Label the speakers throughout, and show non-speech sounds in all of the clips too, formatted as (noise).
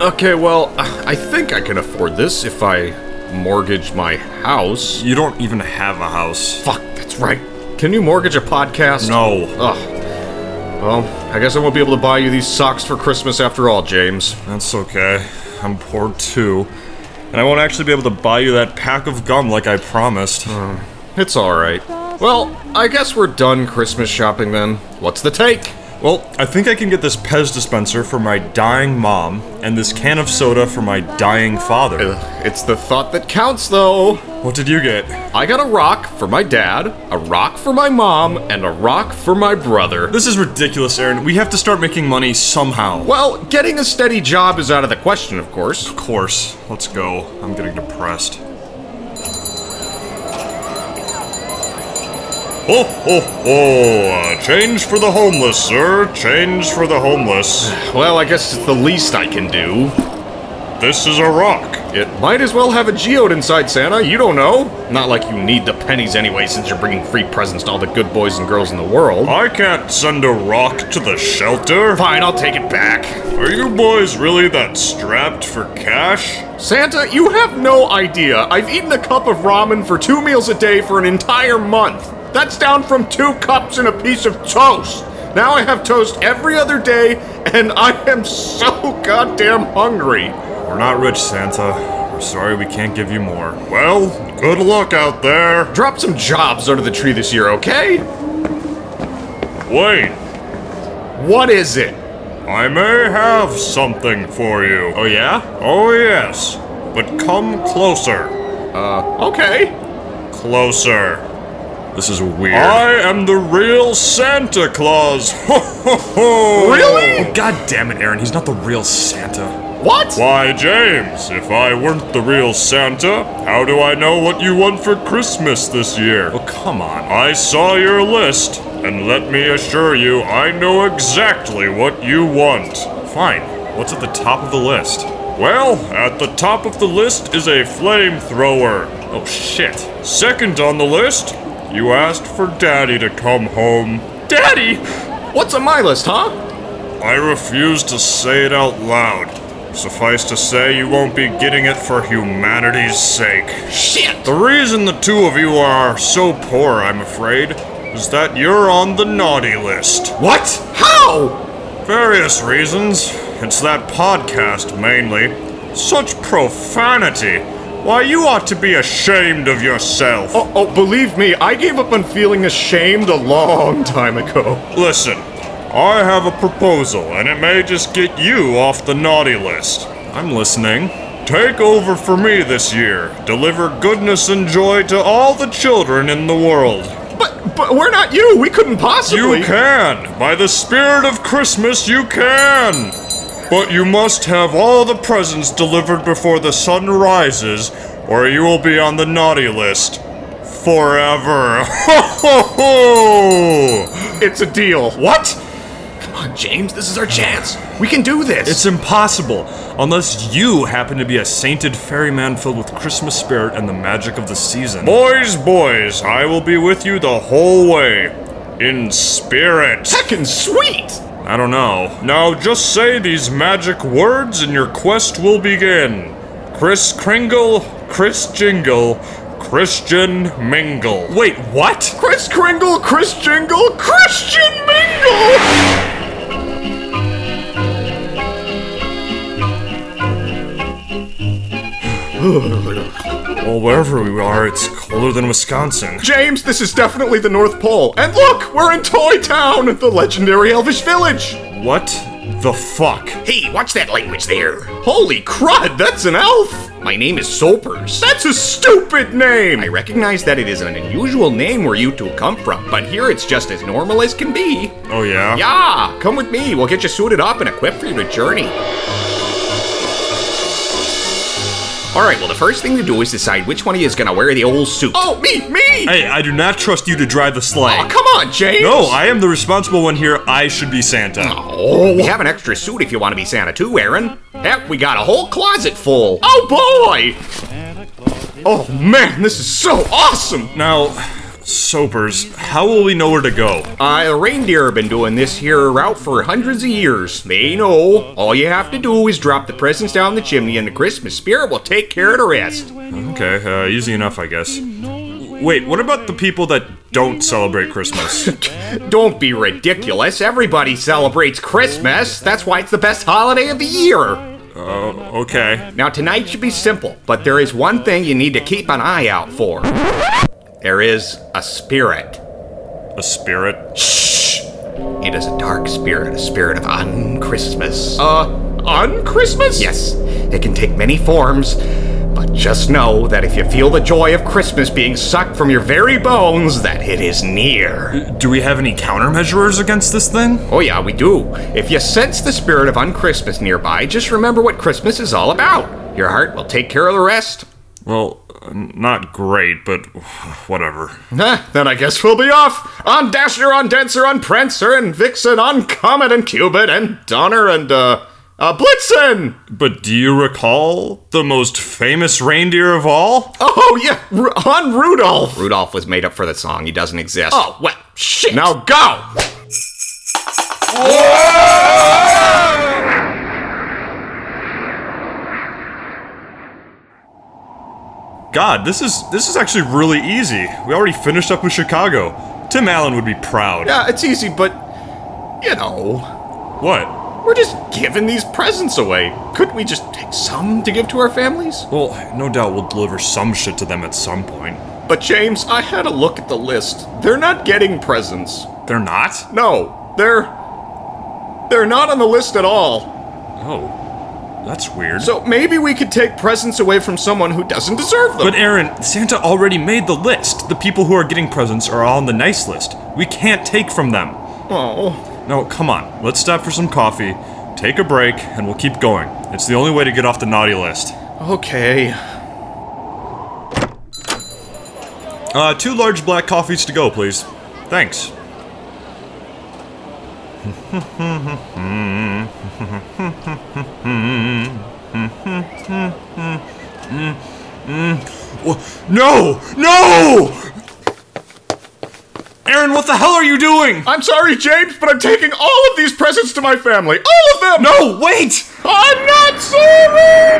Speaker 1: Okay, well, I think I can afford this if I mortgage my house.
Speaker 2: You don't even have a house.
Speaker 1: Fuck, that's right. Can you mortgage a podcast?
Speaker 2: No.
Speaker 1: Ugh. Well, I guess I won't be able to buy you these socks for Christmas after all, James.
Speaker 2: That's okay. I'm poor too. And I won't actually be able to buy you that pack of gum like I promised.
Speaker 1: It's alright. Well, I guess we're done Christmas shopping then. What's the take?
Speaker 2: Well, I think I can get this Pez dispenser for my dying mom and this can of soda for my dying father.
Speaker 1: Ugh, It's the thought that counts, though.
Speaker 2: What did you get?
Speaker 1: I got a rock for my dad, a rock for my mom, and a rock for my brother.
Speaker 2: This is ridiculous, Aaron. We have to start making money somehow.
Speaker 1: Well, getting a steady job is out of the question, of course.
Speaker 2: Of course. Let's go. I'm getting depressed. Oh, oh, oh! Uh, change for the homeless, sir. Change for the homeless.
Speaker 1: Well, I guess it's the least I can do.
Speaker 2: This is a rock.
Speaker 1: It might as well have a geode inside Santa, you don't know. Not like you need the pennies anyway, since you're bringing free presents to all the good boys and girls in the world. Oh,
Speaker 2: I can't send a rock to the shelter.
Speaker 1: Fine, I'll take it back.
Speaker 2: Are you boys really that strapped for cash?
Speaker 1: Santa, you have no idea. I've eaten a cup of ramen for two meals a day for an entire month. That's down from two cups and a piece of toast. Now I have toast every other day, and I am so goddamn hungry.
Speaker 2: We're not rich, Santa. We're sorry we can't give you more. Well, good luck out there.
Speaker 1: Drop some jobs under the tree this year, okay?
Speaker 2: Wait,
Speaker 1: What is it?
Speaker 2: I may have something for you. Oh, yeah? Oh, yes. But come closer.
Speaker 1: Okay.
Speaker 2: Closer. This is weird. I am the real Santa Claus. (laughs) Ho ho ho!
Speaker 1: Really?
Speaker 2: God damn it, Aaron. He's not the real Santa.
Speaker 1: What?
Speaker 2: Why, James, if I weren't the real Santa, how do I know what you want for Christmas this year? Oh, come on. I saw your list, and let me assure you, I know exactly what you want. Fine. What's at the top of the list? Well, at the top of the list is a flamethrower. Oh, shit. Second on the list, you asked for Daddy to come home. Daddy!
Speaker 1: What's on my list, huh?
Speaker 2: I refuse to say it out loud. Suffice to say, you won't be getting it for humanity's sake.
Speaker 1: Shit!
Speaker 2: The reason the two of you are so poor, I'm afraid, is that you're on the naughty list.
Speaker 1: What? How?
Speaker 2: Various reasons. It's that podcast, mainly. Such profanity. Why, you ought to be ashamed of yourself.
Speaker 1: Oh, oh, believe me, I gave up on feeling ashamed a long time ago.
Speaker 2: Listen, I have a proposal, and it may just get you off the naughty list. I'm listening. Take over for me this year. Deliver goodness and joy to all the children in the world.
Speaker 1: But but we're not you. We couldn't possibly.
Speaker 2: You can! By the spirit of Christmas, you can! But you must have all the presents delivered before the sun rises, or you will be on the naughty list. Forever. (laughs) Ho ho ho!
Speaker 1: It's a deal.
Speaker 2: What?
Speaker 1: Come on, James. This is our chance. We can do this.
Speaker 2: It's impossible, unless you happen to be a sainted ferryman filled with Christmas spirit and the magic of the season. Boys, boys, I will be with you the whole way. In spirit.
Speaker 1: second sweet.
Speaker 2: I don't know. Now just say these magic words and your quest will begin. Chris Kringle, Chris Jingle, Christian Mingle. Wait, what?
Speaker 1: Chris Kringle, Chris Jingle, Christian Mingle.
Speaker 2: Well, wherever we are, it's colder than Wisconsin.
Speaker 1: James, this is definitely the North Pole. And look, we're in Toy Town, the legendary Elvish village.
Speaker 2: What the fuck?
Speaker 3: Hey, watch that language there.
Speaker 1: Holy crud, that's an elf.
Speaker 3: My name is Soapers.
Speaker 1: That's a stupid
Speaker 3: I
Speaker 1: name.
Speaker 3: recognize that it is an unusual name where you two come from, but here it's just as normal as can be.
Speaker 2: Oh, yeah?
Speaker 3: Yeah, come with me. We'll get you suited up and equipped for your journey. All right, well, the first thing to do is decide which one of you is going to wear the old suit.
Speaker 1: Oh, me, me.
Speaker 2: Hey, I do not trust you to drive the sleigh.
Speaker 1: Aw, come on, James.
Speaker 2: No, I am the responsible one here. I should be Santa.
Speaker 3: We have an extra suit if you want to be Santa too, Aaron. Heck, we got a whole closet full.
Speaker 1: Oh boy. Oh man, this is so awesome.
Speaker 2: Now, Soapers, how will we know where to go?
Speaker 3: Uh, the reindeer have been doing this here route for hundreds of years. They know all you have to do is drop the presents down the chimney, and the Christmas spirit will take care of the rest. (laughs)
Speaker 2: Okay, uh, easy enough, I guess. Wait, what about the people that don't celebrate Christmas?
Speaker 3: Don't be ridiculous. Everybody celebrates Christmas. That's why it's the best holiday of the year.
Speaker 2: Uh, okay.
Speaker 3: Now, tonight should be simple, but there is one thing you need to keep an eye out for. There is a spirit.
Speaker 2: A spirit?
Speaker 3: It is a dark spirit, a spirit of un-Christmas.
Speaker 1: Uh, on Christmas?
Speaker 3: Yes, it can take many forms, but just know that if you feel the joy of Christmas being sucked from your very bones, that it is near.
Speaker 2: Do we have any countermeasures against this thing?
Speaker 3: Oh, yeah, we do. If you sense the spirit of un-Christmas nearby, just remember what Christmas is all about. Your heart will take care of the rest.
Speaker 2: Well, uh, not great, but whatever.
Speaker 1: Huh, then I guess we'll be off on Dasher, on Dancer, on Prancer, and Vixen, on Comet, and Cupid, and Donner, and, uh, uh, Blitzen!
Speaker 2: But do you recall the most famous reindeer of all?
Speaker 1: Oh, yeah, R- on Rudolph!
Speaker 3: Rudolph was made up for the song. He doesn't exist.
Speaker 1: Oh, well, shit! Now go!
Speaker 2: God, this is this is actually really easy. We already finished up with Chicago. Tim Allen would be proud.
Speaker 1: Yeah, it's easy, but, you know,
Speaker 2: What?
Speaker 1: we're just giving these presents away. Couldn't we just take some to give to our families?
Speaker 2: Well, no doubt we'll deliver some shit to them at some point.
Speaker 1: But, James, I had a look at the list. They're not getting presents.
Speaker 2: They're not?
Speaker 1: No, they're. They're not on the list at all.
Speaker 2: Oh. That's weird.
Speaker 1: So maybe we could take presents away from someone who doesn't deserve them.
Speaker 2: But Aaron, Santa already made the list. The people who are getting presents are all on the nice list. We can't take from them.
Speaker 1: oh.
Speaker 2: No, come on. Let's stop for some coffee, take a break, and we'll keep going. It's the only way to get off the naughty list.
Speaker 1: Okay.
Speaker 2: Uh, two large black coffees to go, please. Thanks. (laughs) No! No! Aaron, what the hell are you doing?
Speaker 1: I'm sorry, James, but I'm taking all of these presents to my family. All of them!
Speaker 2: No, wait!
Speaker 1: I'm not sorry!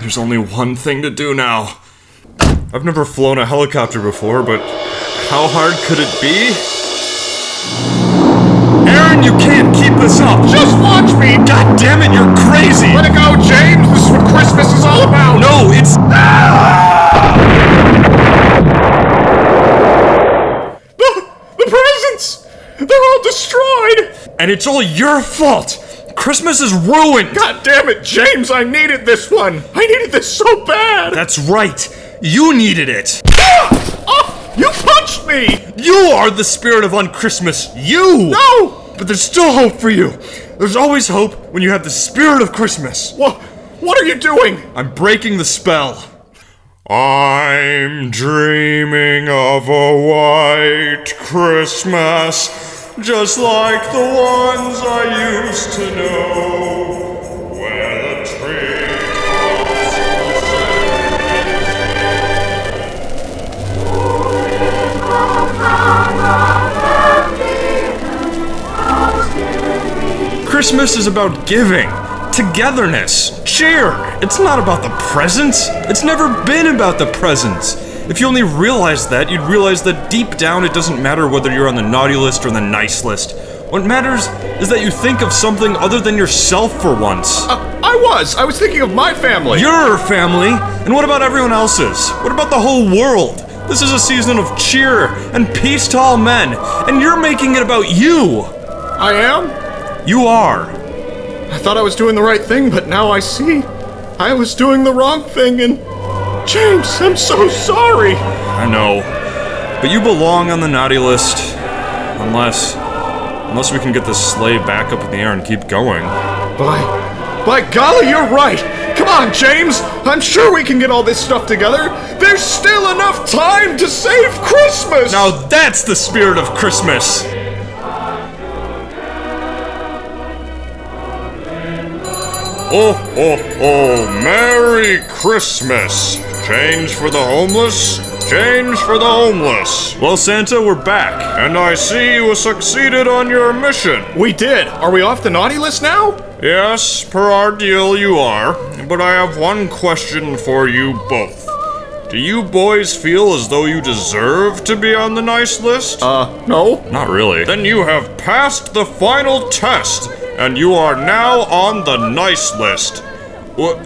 Speaker 2: There's only one thing to do now. I've never flown a helicopter before, but how hard could it be? Aaron, you can't keep this up!
Speaker 1: Just watch me!
Speaker 2: God damn it, you're crazy!
Speaker 1: Let it go, James! This is what Christmas is all about!
Speaker 2: No, it's.
Speaker 1: The, the presents! They're all destroyed!
Speaker 2: And it's all your fault! Christmas is ruined!
Speaker 1: God damn it, James, I needed this one! I needed this so bad!
Speaker 2: That's right! You needed it!
Speaker 1: Oh, you punched me!
Speaker 2: You are the spirit of unchristmas! You!
Speaker 1: No!
Speaker 2: But there's still hope for you! There's always hope when you have the spirit of Christmas!
Speaker 1: What, what are you doing?
Speaker 2: I'm breaking the spell. I'm dreaming of a white Christmas, just like the ones I used to know. Where the tree Christmas is about giving, togetherness, cheer. It's not about the presents. It's never been about the presents. If you only realized that, you'd realize that deep down it doesn't matter whether you're on the naughty list or the nice list. What matters is that you think of something other than yourself for once.
Speaker 1: Uh, I was. I was thinking of my family.
Speaker 2: Your family? And what about everyone else's? What about the whole world? This is a season of cheer and peace to all men, and you're making it about you!
Speaker 1: I am?
Speaker 2: You are.
Speaker 1: I thought I was doing the right thing, but now I see. I was doing the wrong thing, and. James, I'm so sorry!
Speaker 2: I know. But you belong on the naughty list. Unless. Unless we can get this sleigh back up in the air and keep going.
Speaker 1: By, by golly, you're right. Come on, James. I'm sure we can get all this stuff together. There's still enough time to save Christmas.
Speaker 2: Now that's the spirit of Christmas! Oh, oh, oh, Merry Christmas! Change for the homeless? Change for the homeless.
Speaker 4: Well, Santa, we're back.
Speaker 2: And I see you succeeded on your mission.
Speaker 1: We did. Are we off the naughty list now?
Speaker 2: Yes, per our deal, you are. But I have one question for you both. Do you boys feel as though you deserve to be on the nice list?
Speaker 1: Uh, no.
Speaker 4: Not really.
Speaker 2: Then you have passed the final test, and you are now on the nice list. What?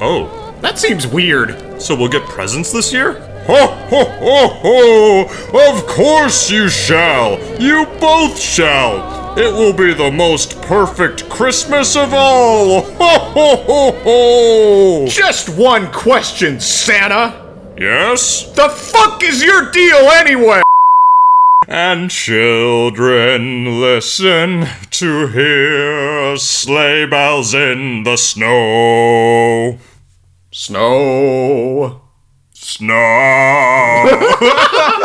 Speaker 2: Oh,
Speaker 1: That seems weird.
Speaker 4: So we'll get presents this year?
Speaker 2: ho ho ho ho! Of course you shall! You both shall! It will be the most perfect Christmas of all! Ho ho ho ho!
Speaker 1: Just one question, Santa.
Speaker 2: Yes?
Speaker 1: The fuck is your deal anyway?
Speaker 2: And children, listen to hear sleigh bells in the snow.
Speaker 1: Snow.
Speaker 2: Snow!